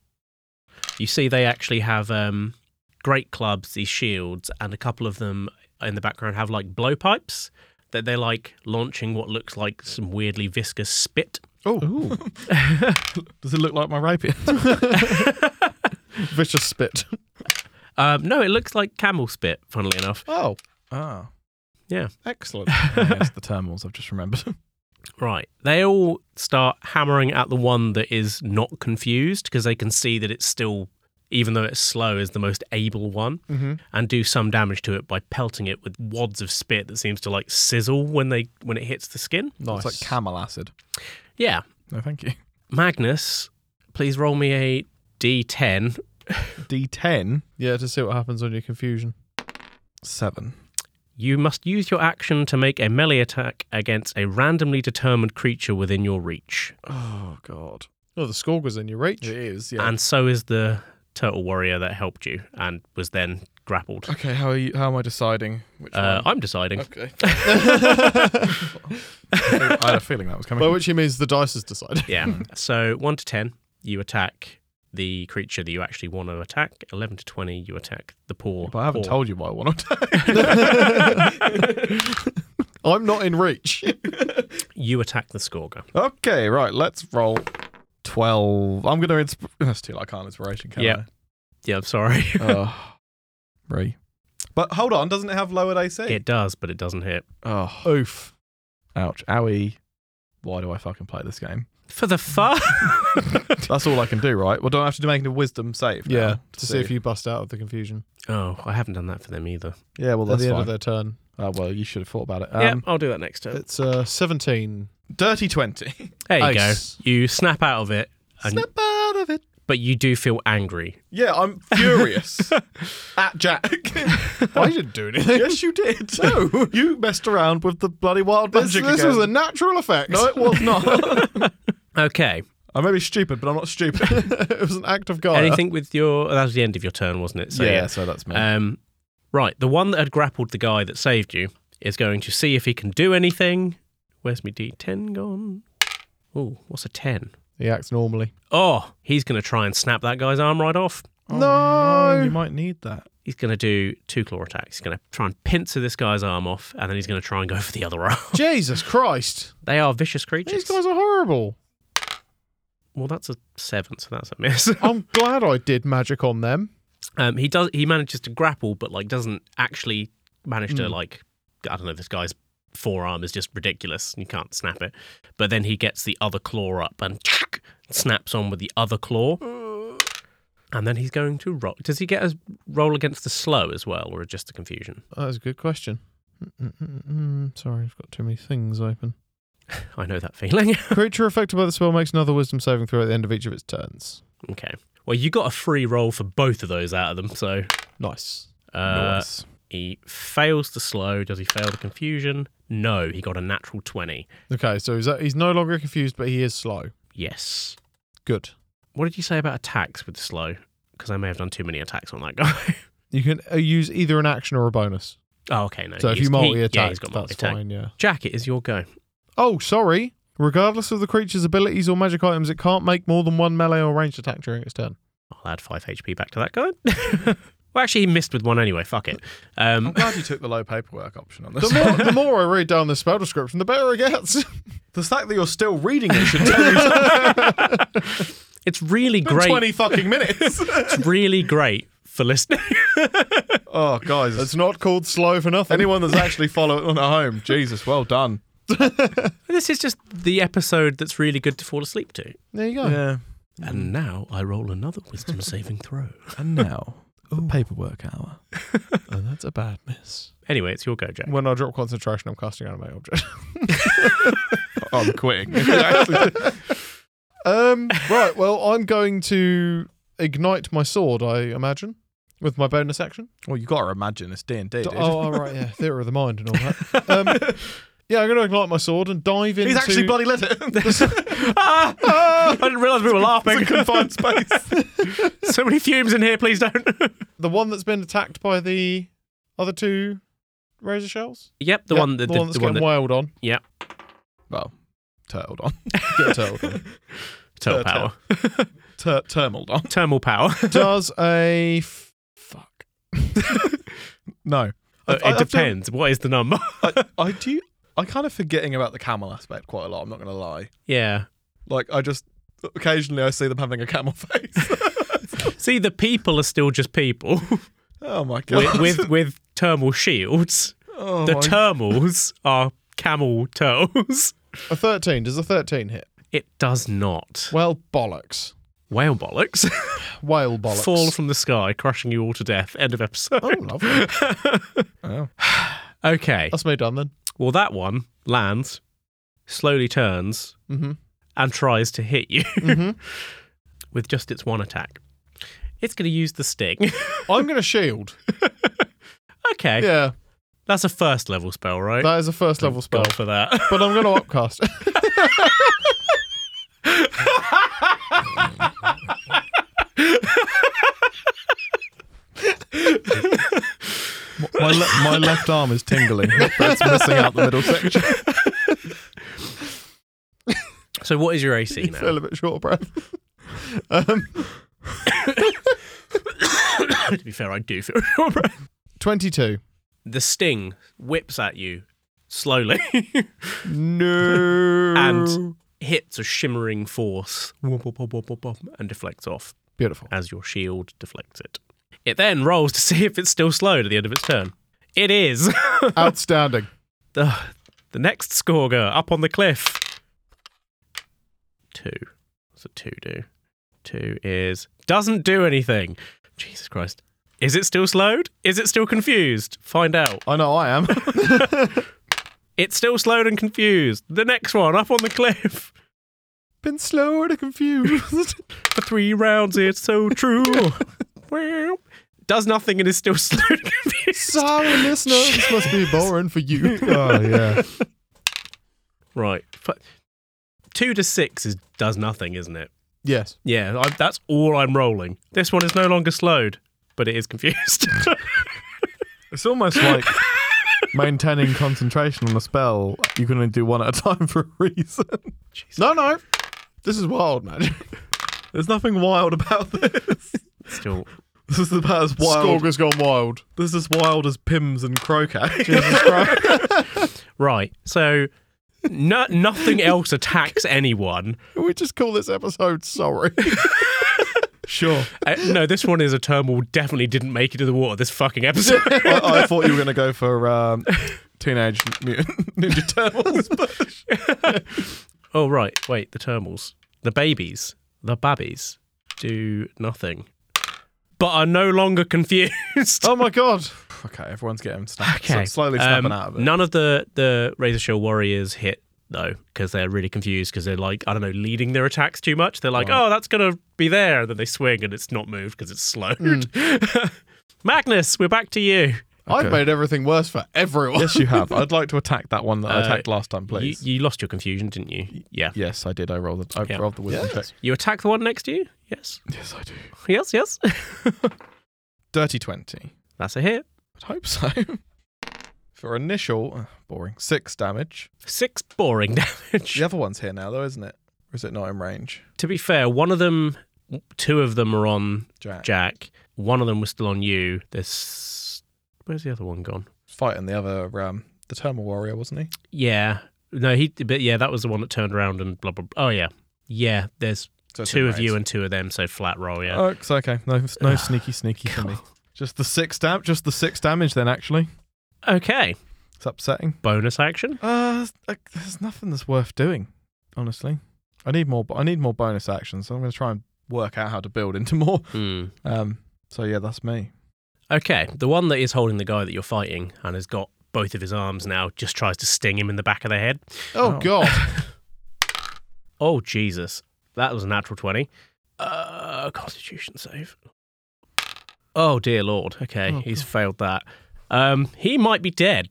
Speaker 1: You see they actually have um great clubs, these shields, and a couple of them in the background have like blowpipes that they're like launching what looks like some weirdly viscous spit.
Speaker 2: Oh, does it look like my rapier?
Speaker 3: Vicious spit.
Speaker 1: Um, no, it looks like camel spit, funnily enough.
Speaker 3: Oh,
Speaker 2: Ah,
Speaker 3: excellent.
Speaker 2: yes, the terminals. I've just remembered.
Speaker 1: Right. They all start hammering at the one that is not confused because they can see that it's still, even though it's slow, is the most able one
Speaker 3: Mm-hmm.
Speaker 1: and do some damage to it by pelting it with wads of spit that seems to like sizzle when they when it hits the skin.
Speaker 3: Nice.
Speaker 2: It's like camel acid.
Speaker 1: Yeah.
Speaker 2: No, thank you.
Speaker 1: Magnus, please roll me a D10.
Speaker 2: D10,
Speaker 3: yeah, to see what happens on your confusion.
Speaker 2: seven.
Speaker 1: You must use your action to make a melee attack against a randomly determined creature within your reach.
Speaker 2: Oh God,
Speaker 3: Oh, the score was in your reach.
Speaker 2: it is. Yeah.
Speaker 1: and so is the turtle warrior that helped you and was then grappled.
Speaker 2: okay, how are you? How am I deciding which
Speaker 1: Uh,
Speaker 2: one?
Speaker 1: I'm deciding.
Speaker 2: Okay. I had a feeling that was coming.
Speaker 3: By which he means the dice has decided.
Speaker 2: Hmm.
Speaker 1: Yeah. so one to ten, you attack the creature that you actually want to attack. Eleven to twenty, you attack the poor.
Speaker 2: but I haven't
Speaker 1: poor-
Speaker 2: told you why I want to.
Speaker 3: I'm not in reach.
Speaker 1: you attack the Scorga.
Speaker 2: okay, right. Let's roll. Twelve. I'm gonna. Insp- that's too. I can't inspiration. Can
Speaker 1: Yeah. Yeah, I'm sorry.
Speaker 2: I? Oh, three. But hold on, doesn't it have lowered AC?
Speaker 1: it does, but it doesn't hit.
Speaker 2: oh,
Speaker 3: Oof.
Speaker 2: ouch, owie. Why do I fucking play this game?
Speaker 1: For the fun.
Speaker 2: That's all I can do, right? Well, don't I have to make a wisdom save. now
Speaker 3: Yeah, to see if you bust out of the confusion
Speaker 1: oh, I haven't done that for them either.
Speaker 2: Yeah, well,
Speaker 3: at
Speaker 2: that's
Speaker 3: the end
Speaker 2: fine.
Speaker 3: of their turn.
Speaker 2: Oh, well, you should have thought about it.
Speaker 1: yeah,
Speaker 2: Um,
Speaker 1: I'll do that next turn.
Speaker 3: It's uh, 17.
Speaker 2: Dirty 20.
Speaker 1: There you
Speaker 3: Ace.
Speaker 1: go. You snap out of it, and,
Speaker 2: Snap out of it.
Speaker 1: but you do feel angry.
Speaker 2: Yeah, I'm furious at Jack.
Speaker 3: I didn't do anything.
Speaker 2: yes, you did. No. You messed around with the bloody wild
Speaker 3: This,
Speaker 2: magic
Speaker 3: this
Speaker 2: again.
Speaker 3: was a natural effect.
Speaker 2: No, it was not.
Speaker 1: Okay.
Speaker 2: I may be stupid, but I'm not stupid.
Speaker 3: it was an act of God.
Speaker 1: Anything with your? That was the end of your turn, wasn't it? So yeah.
Speaker 2: so that's me.
Speaker 1: Um, right, the one that had grappled the guy that saved you is going to see if he can do anything. Where's my D10 gone? Oh, what's a 10?
Speaker 3: He acts normally.
Speaker 1: Oh, he's going to try and snap that guy's arm right off.
Speaker 3: no.
Speaker 2: Oh, You might need that.
Speaker 1: He's going to do two claw attacks. He's going to try and pincer this guy's arm off, and then he's going to try and go for the other arm.
Speaker 3: Jesus Christ.
Speaker 1: they are vicious
Speaker 3: These
Speaker 1: creatures.
Speaker 3: guys are horrible.
Speaker 1: Well, that's a seven, so that's a miss.
Speaker 3: I'm glad I did magic on them.
Speaker 1: um, he does. He manages to grapple, but like doesn't actually manage to like. I don't know. This guy's forearm is just ridiculous. You can't snap it. But then he gets the other claw up and snaps on with the other claw. And then he's going to roll. Does he get a roll against the slow as well, or just the confusion?
Speaker 3: That was a good question. Mm-mm-mm-mm. Sorry, I've got too many things open.
Speaker 1: I know that feeling.
Speaker 3: Creature affected by the spell makes another wisdom saving throw at the end of each of its turns.
Speaker 1: okay. Well, you got a free roll for both of those out of them, so
Speaker 3: Nice.
Speaker 1: uh,
Speaker 2: nice.
Speaker 1: He fails to slow. Does he fail the confusion? No, he got a natural 20.
Speaker 3: Okay, so he's, he's no longer confused, but he is slow.
Speaker 1: Yes.
Speaker 3: Good.
Speaker 1: What did you say about attacks with slow? Because I may have done too many attacks on that guy.
Speaker 3: You can uh, use either an action or a bonus.
Speaker 1: oh, okay, no.
Speaker 3: So if
Speaker 1: he's-
Speaker 3: you
Speaker 1: he-
Speaker 3: multi-attack,
Speaker 1: yeah, he's got
Speaker 3: that's
Speaker 1: multi-attack.
Speaker 3: fine. Yeah.
Speaker 1: Jack, it is your go.
Speaker 3: Oh, sorry. Regardless of the creature's abilities or magic items, it can't make more than one melee or ranged attack during its turn.
Speaker 1: I'll add 5 HP back to that guy. well, actually, he missed with one anyway. Fuck it.
Speaker 2: I'm
Speaker 1: Um,
Speaker 2: glad you took the low paperwork option on
Speaker 3: The
Speaker 2: this.
Speaker 3: more, the more I read down the spell description, the better it gets.
Speaker 2: the fact that you're still reading it should tell you something.
Speaker 1: it's really great.
Speaker 3: fucking minutes.
Speaker 1: It's really great for listening.
Speaker 2: Oh, guys.
Speaker 3: it's not called slow for nothing.
Speaker 2: anyone that's actually following on at home, Jesus, well done.
Speaker 1: this is just the episode that's really good to fall asleep to.
Speaker 3: There you go.
Speaker 2: Yeah.
Speaker 3: Mm.
Speaker 1: And now I roll another wisdom saving throw.
Speaker 2: And now, the paperwork hour.
Speaker 3: And Oh, that's a bad miss.
Speaker 1: Anyway, it's your go, Jack.
Speaker 3: When I drop concentration, I'm casting animate object.
Speaker 2: I'm quitting. Actually,
Speaker 3: um, right. Well, I'm going to ignite my sword. I imagine with my bonus action.
Speaker 2: well, you got to imagine it's D and D.
Speaker 3: oh, all right. Yeah, theater of the mind and all that. Um, yeah, I'm going to ignite my sword and dive into.
Speaker 2: He's actually bloody lit it.
Speaker 1: ah! I didn't realise we were laughing.
Speaker 2: confined space.
Speaker 1: so many fumes in here, please don't.
Speaker 3: the one that's been attacked by the other two razor shells.
Speaker 1: yep, the
Speaker 3: Yeah,
Speaker 1: one that
Speaker 3: the
Speaker 1: the,
Speaker 3: one that's
Speaker 1: the one that
Speaker 3: getting wild on.
Speaker 2: Well, turtled on.
Speaker 3: Get told.
Speaker 1: turtle
Speaker 2: tur-
Speaker 1: power,
Speaker 2: Tur- turmled on.
Speaker 1: thermal power.
Speaker 3: Does a f- fuck?
Speaker 2: No.
Speaker 1: Uh,
Speaker 2: I- I've
Speaker 1: it depends. What is the number?
Speaker 2: I, I do. I'm kind of forgetting about the camel aspect quite a lot. I'm not going to lie.
Speaker 1: yeah.
Speaker 2: Like I just occasionally I see them having a camel face.
Speaker 1: See, the people are still just people
Speaker 2: oh my god!
Speaker 1: with with, with thermal shields.
Speaker 2: oh
Speaker 1: the
Speaker 2: my-
Speaker 1: thermals are camel turtles.
Speaker 3: A thirteen? Does a thirteen hit?
Speaker 1: It does not.
Speaker 3: Well, bollocks.
Speaker 1: Whale bollocks.
Speaker 3: Whale bollocks.
Speaker 1: Fall from the sky, crushing you all to death. End of episode.
Speaker 3: Oh, lovely.
Speaker 2: Oh.
Speaker 1: Okay.
Speaker 3: That's me done then.
Speaker 1: Well, that one lands, slowly turns,
Speaker 3: Mm-hmm.
Speaker 1: and tries to hit you
Speaker 3: Mhm.
Speaker 1: with just its one attack. It's going to use the sting.
Speaker 3: I'm going to shield.
Speaker 1: okay.
Speaker 3: Yeah,
Speaker 1: That's a first level spell, right?
Speaker 3: that is a first
Speaker 1: Thank
Speaker 3: level spell.
Speaker 1: Oh, God for that.
Speaker 3: But I'm going to upcast.
Speaker 2: My, le- my left arm is tingling. That's missing out the middle section.
Speaker 1: so, what is your AC
Speaker 3: you
Speaker 1: now?
Speaker 3: feel a bit short of breath. um,
Speaker 1: to be fair, I do feel.
Speaker 3: Twenty-two.
Speaker 1: the sting whips at you slowly
Speaker 3: No.
Speaker 1: and hits a shimmering force womp, womp, womp, womp, womp, womp, and deflects off
Speaker 3: beautiful.
Speaker 1: as your shield deflects it. It then rolls to see if it's still slowed at the end of its turn. It is.
Speaker 3: Outstanding.
Speaker 1: the, the next scorger up on the cliff. Two. What's a two do? Two is doesn't do anything. Jesus Christ. Is it still slowed? Is it still confused? Find out.
Speaker 2: I know I am.
Speaker 1: It's still slowed and confused. The next one up on the cliff.
Speaker 3: Been slow and confused.
Speaker 1: For three rounds, it's so true. Well, Does nothing and is still slowed and confused.
Speaker 3: Sorry, listener. This must be boring for you.
Speaker 2: Oh yeah.
Speaker 1: Right. Fu- Two to six is does nothing, isn't it?
Speaker 3: yes.
Speaker 1: Yeah, I, that's all I'm rolling. This one is no longer slowed, but it is confused.
Speaker 2: It's almost like
Speaker 4: Maintaining concentration on a spell, you can only do one at a time for a reason.
Speaker 3: No, no. This is wild, man.
Speaker 2: there's nothing wild about this.
Speaker 1: Still,
Speaker 2: This is about as wild.
Speaker 3: Scorg has gone wild.
Speaker 2: This is as wild as Pims and Croquet.
Speaker 1: right. So, no, nothing else attacks anyone.
Speaker 3: Can we just call this episode sorry?
Speaker 2: sure.
Speaker 1: Uh, no, this one is a turmoil. Definitely didn't make it to the water. This fucking episode.
Speaker 2: I, I thought you were going to go for um, Teenage Mutant Ninja Turtles.
Speaker 1: Oh right, wait, the turmals, the babies, the babbies do nothing, but are no longer confused.
Speaker 3: oh my god.
Speaker 2: okay, everyone's getting snapped. Okay. slowly
Speaker 1: um,
Speaker 2: snapping out of it.
Speaker 1: None of the the Razor Shield warriors hit though, because they're really confused because they're like I don't know, leading their attacks too much. They're like, oh, that's gonna be
Speaker 2: Hmm.
Speaker 1: there, and then they swing and it's not moved because it's slowed. Magnus, we're back to you.
Speaker 3: I've
Speaker 2: Okay.
Speaker 3: made everything worse for everyone.
Speaker 2: Yes, you have. I'd like to attack that one that
Speaker 1: Uh,
Speaker 2: I attacked last time,
Speaker 1: You,
Speaker 2: please.
Speaker 1: you lost your confusion, didn't you? Yeah.
Speaker 2: yes, I did. I rolled. The, I
Speaker 1: Yeah.
Speaker 2: rolled the wisdom check.
Speaker 1: You attack the one next to you? Yes.
Speaker 2: Yes, I do.
Speaker 1: Yes, yes.
Speaker 2: Dirty twenty.
Speaker 1: That's a hit.
Speaker 2: I'd hope so. For initial, uh, boring six damage.
Speaker 1: Six boring damage.
Speaker 2: The other one's here now, though, isn't it? Or is it not in range?
Speaker 1: To be fair, one of them, two of them are on
Speaker 2: Jack,
Speaker 1: Jack. One of them was still on you. This. Where's the other one gone?
Speaker 2: fighting the other, um, the Thermal Warrior, wasn't he?
Speaker 1: Yeah. No, he. But yeah, that was the one that turned around and blah blah. blah. Oh yeah. Yeah. There's
Speaker 2: So it's
Speaker 1: two
Speaker 2: in
Speaker 1: of you
Speaker 2: range.
Speaker 1: and two of them. So flat roll. Yeah.
Speaker 2: Oh, it's okay.
Speaker 4: No, s- no sneaky, sneaky for me.
Speaker 1: God.
Speaker 4: Just the six dam- Just the six damage. Then actually, Oh.
Speaker 1: Okay.
Speaker 4: it's upsetting.
Speaker 1: Bonus action.
Speaker 4: Uh, I- there's nothing that's worth doing. Honestly, I need more. I need more bonus actions. So I'm going to try and work out how to build into more.
Speaker 1: Hmm.
Speaker 4: Um. So yeah, that's me.
Speaker 1: Okay. The one that is holding the guy that you're fighting and has got both of his arms now just tries to sting him in the back of the head.
Speaker 3: oh,
Speaker 4: Oh.
Speaker 3: God.
Speaker 1: Oh Jesus. That was a natural twenty. Uh constitution save. Oh dear lord. Okay,
Speaker 4: Oh,
Speaker 1: he's failed that. Um he might be dead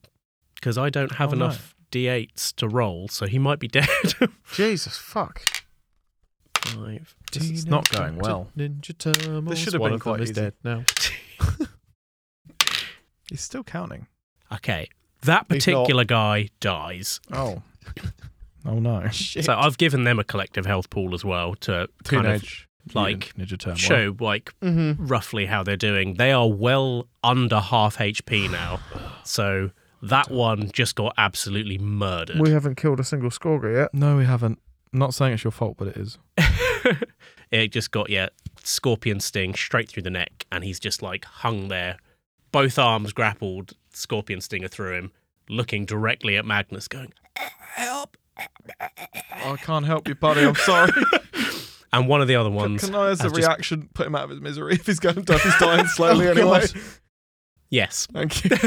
Speaker 1: because I don't have
Speaker 4: Oh, no.
Speaker 1: enough d8s to roll, so he might be dead.
Speaker 3: Jesus, fuck.
Speaker 1: Five.
Speaker 4: This is not going well.
Speaker 3: Ninja Turtles.
Speaker 2: This should have
Speaker 3: One
Speaker 2: been
Speaker 3: of them
Speaker 2: quite
Speaker 3: is
Speaker 2: easy.
Speaker 3: dead now.
Speaker 2: He's still counting.
Speaker 1: Okay. That
Speaker 3: He's not.
Speaker 1: particular guy dies.
Speaker 2: Oh. oh no.
Speaker 3: Shit.
Speaker 1: So I've given them a collective health pool as well to kind of
Speaker 4: Teenage
Speaker 1: like
Speaker 4: Ninja Turmoil.
Speaker 1: show like
Speaker 3: Mhm.
Speaker 1: roughly how they're doing. They are well under half HP now. So that one just got absolutely murdered.
Speaker 4: We haven't killed a single Scorger yet. No, we haven't. I'm not saying it's your fault, but it is.
Speaker 1: it just got, yeah, scorpion sting straight through the neck. And he's just like hung there, both arms grappled, scorpion stinger through him, looking directly at Magnus, going, Help!
Speaker 2: I can't help you, buddy. I'm sorry.
Speaker 1: And one of the other
Speaker 2: can,
Speaker 1: ones,
Speaker 2: can I, as a
Speaker 1: That's just-
Speaker 2: reaction, put him out of his misery if he's going down? He's dying slowly anyway.
Speaker 3: God.
Speaker 1: yes.
Speaker 2: Thank you.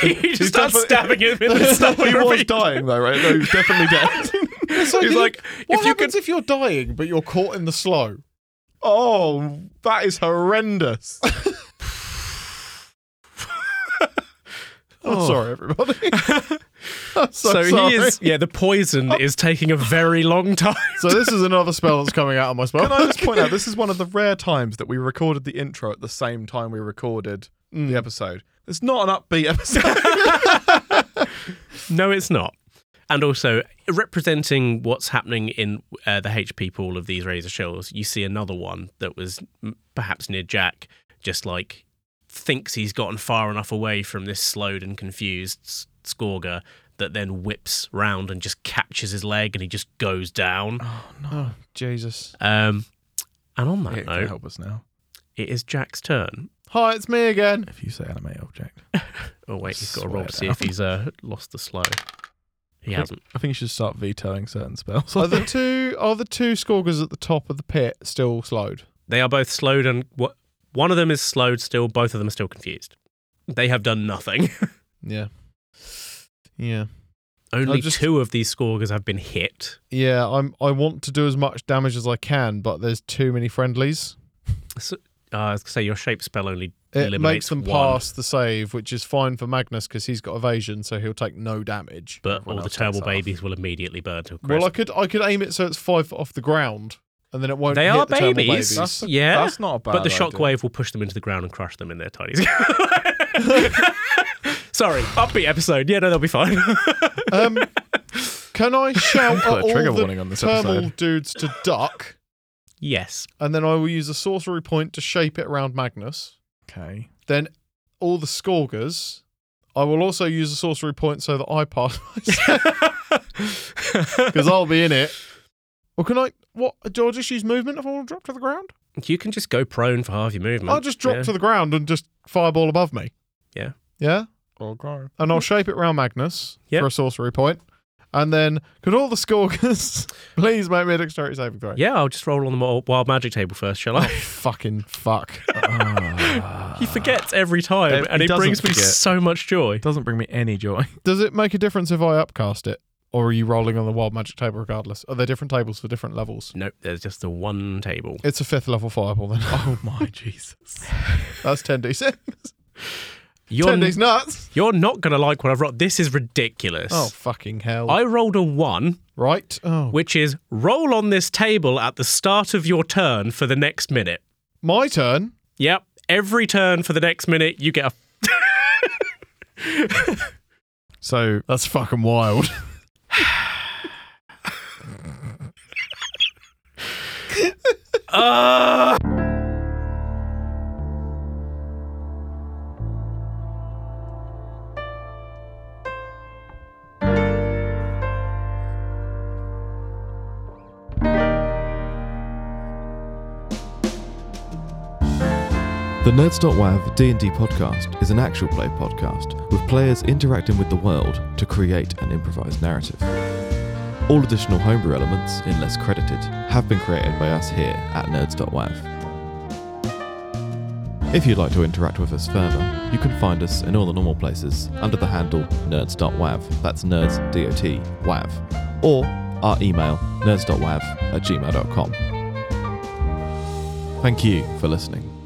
Speaker 1: he just
Speaker 2: He's
Speaker 1: starts
Speaker 2: definitely-
Speaker 1: stabbing him in the stomach.
Speaker 2: he was dying though, right? No, he was definitely dead.
Speaker 3: It's like,
Speaker 2: He's
Speaker 3: if-
Speaker 2: like,
Speaker 3: what
Speaker 2: if you
Speaker 3: happens if you're dying but you're caught in the slow?
Speaker 2: Oh, that is horrendous. I'm
Speaker 3: Oh.
Speaker 2: sorry, everybody.
Speaker 3: I'm
Speaker 1: So,
Speaker 3: sorry.
Speaker 1: he is, yeah, the poison is taking a very long time.
Speaker 3: So this is another spell that's coming out of my spell.
Speaker 2: Can I just point out this is one of the rare times that we recorded the intro at the same time we recorded the episode. It's not an upbeat episode.
Speaker 1: No, it's not. And also, representing what's happening in uh, the HP pool of these Razor Shells, you see another one that was m- perhaps near Jack, just like thinks he's gotten far enough away from this slowed and confused S- Scorger that then whips round and just catches his leg and he just goes down.
Speaker 3: Oh, Jesus.
Speaker 1: Um, and on that
Speaker 2: It can
Speaker 1: note,
Speaker 2: help us now.
Speaker 1: it is Jack's turn.
Speaker 3: Hi, it's me again.
Speaker 2: If you say animate object.
Speaker 1: Oh, wait, he's got to roll to
Speaker 2: Swear
Speaker 1: see if he's uh, lost the slow. He
Speaker 2: Quick.
Speaker 1: hasn't.
Speaker 2: I think you should start vetoing certain spells.
Speaker 3: Are the two are the two Scorgers at the top of the pit still slowed?
Speaker 1: They are both slowed, and wha- one of them is slowed still. Both of them are still confused. They have done nothing.
Speaker 3: Yeah. Yeah.
Speaker 1: Only
Speaker 3: just-
Speaker 1: two of these Scorgers have been hit.
Speaker 3: Yeah, I'm I want to do as much damage as I can, but there's too many friendlies.
Speaker 1: Uh, I was gonna say your shape spell only.
Speaker 3: It
Speaker 1: Eliminates
Speaker 3: makes them
Speaker 1: one.
Speaker 3: pass the save, which is fine for Magnus because he's got evasion, so he'll take no damage.
Speaker 1: But
Speaker 2: Everyone
Speaker 1: all the
Speaker 2: else takes
Speaker 1: turtle
Speaker 2: off.
Speaker 1: babies will immediately burn to a crisp.
Speaker 3: Well, I could I could aim it so it's five foot off the ground, and then it won't.
Speaker 1: they
Speaker 3: hit
Speaker 1: are
Speaker 3: the thermal
Speaker 1: babies.
Speaker 3: babies.
Speaker 1: yeah,
Speaker 2: That's not a bad
Speaker 1: but the
Speaker 2: idea.
Speaker 1: shockwave will push them into the ground and crush them in their tiny. Sorry, upbeat episode. Yeah, no, they'll be fine.
Speaker 3: Um, can I shout at
Speaker 2: Put a
Speaker 3: all
Speaker 2: trigger
Speaker 3: the
Speaker 2: warning on this
Speaker 3: thermal
Speaker 2: episode.
Speaker 3: dudes to duck,
Speaker 1: yes,
Speaker 3: and then I will use a sorcery point to shape it around Magnus.
Speaker 2: Okay.
Speaker 3: Then all the Scorgers. I will also use a sorcery point so that I pass because I'll be in it. Well, can I? What? Do I just use movement if I want to drop to the ground?
Speaker 1: you can just go prone for half your movement.
Speaker 3: I'll just drop
Speaker 1: Yeah.
Speaker 3: to the ground and just fireball above me.
Speaker 1: Yeah.
Speaker 3: Yeah.
Speaker 2: Okay.
Speaker 3: And I'll shape it round Magnus
Speaker 1: Yep.
Speaker 3: for a sorcery point. And then, could all the Scorgers please make me a dexterity saving throw?
Speaker 1: Yeah, I'll just roll on the mo- wild magic table first, shall I?
Speaker 3: Fucking fuck.
Speaker 2: Ah.
Speaker 1: He forgets every time,
Speaker 2: Oh, uh, He
Speaker 1: and it
Speaker 2: doesn't
Speaker 1: brings me
Speaker 2: forget.
Speaker 1: so much joy.
Speaker 4: Doesn't bring me any joy.
Speaker 3: Does it make a difference if I upcast it? Or are you rolling on the wild magic table regardless? Are there different tables for different levels?
Speaker 1: Nope, there's just the one table.
Speaker 3: It's a fifth level fireball then.
Speaker 2: Oh my Jesus.
Speaker 3: That's 10d6.
Speaker 1: You're,
Speaker 3: Tendy's nuts.
Speaker 1: you're not going to like what I've rolled. This is ridiculous.
Speaker 3: Oh fucking hell!
Speaker 1: I rolled a one,
Speaker 3: right? Oh,
Speaker 1: which is roll on this table at the start of your turn for the next minute.
Speaker 3: my turn.
Speaker 1: Yep. Every turn for the next minute, you get a.
Speaker 5: So
Speaker 3: That's fucking wild.
Speaker 1: Ah!
Speaker 2: The Nerds.wav D&D podcast is an actual play podcast with players interacting with the world to create an improvised narrative. All additional homebrew elements, unless credited, have been created by us here at Nerds.wav. If you'd like to interact with us further, you can find us in all the normal places under the handle nerds.wav, that's nerds, D-O-T, wav, or our email nerds.wav at gmail.com. Thank you for listening.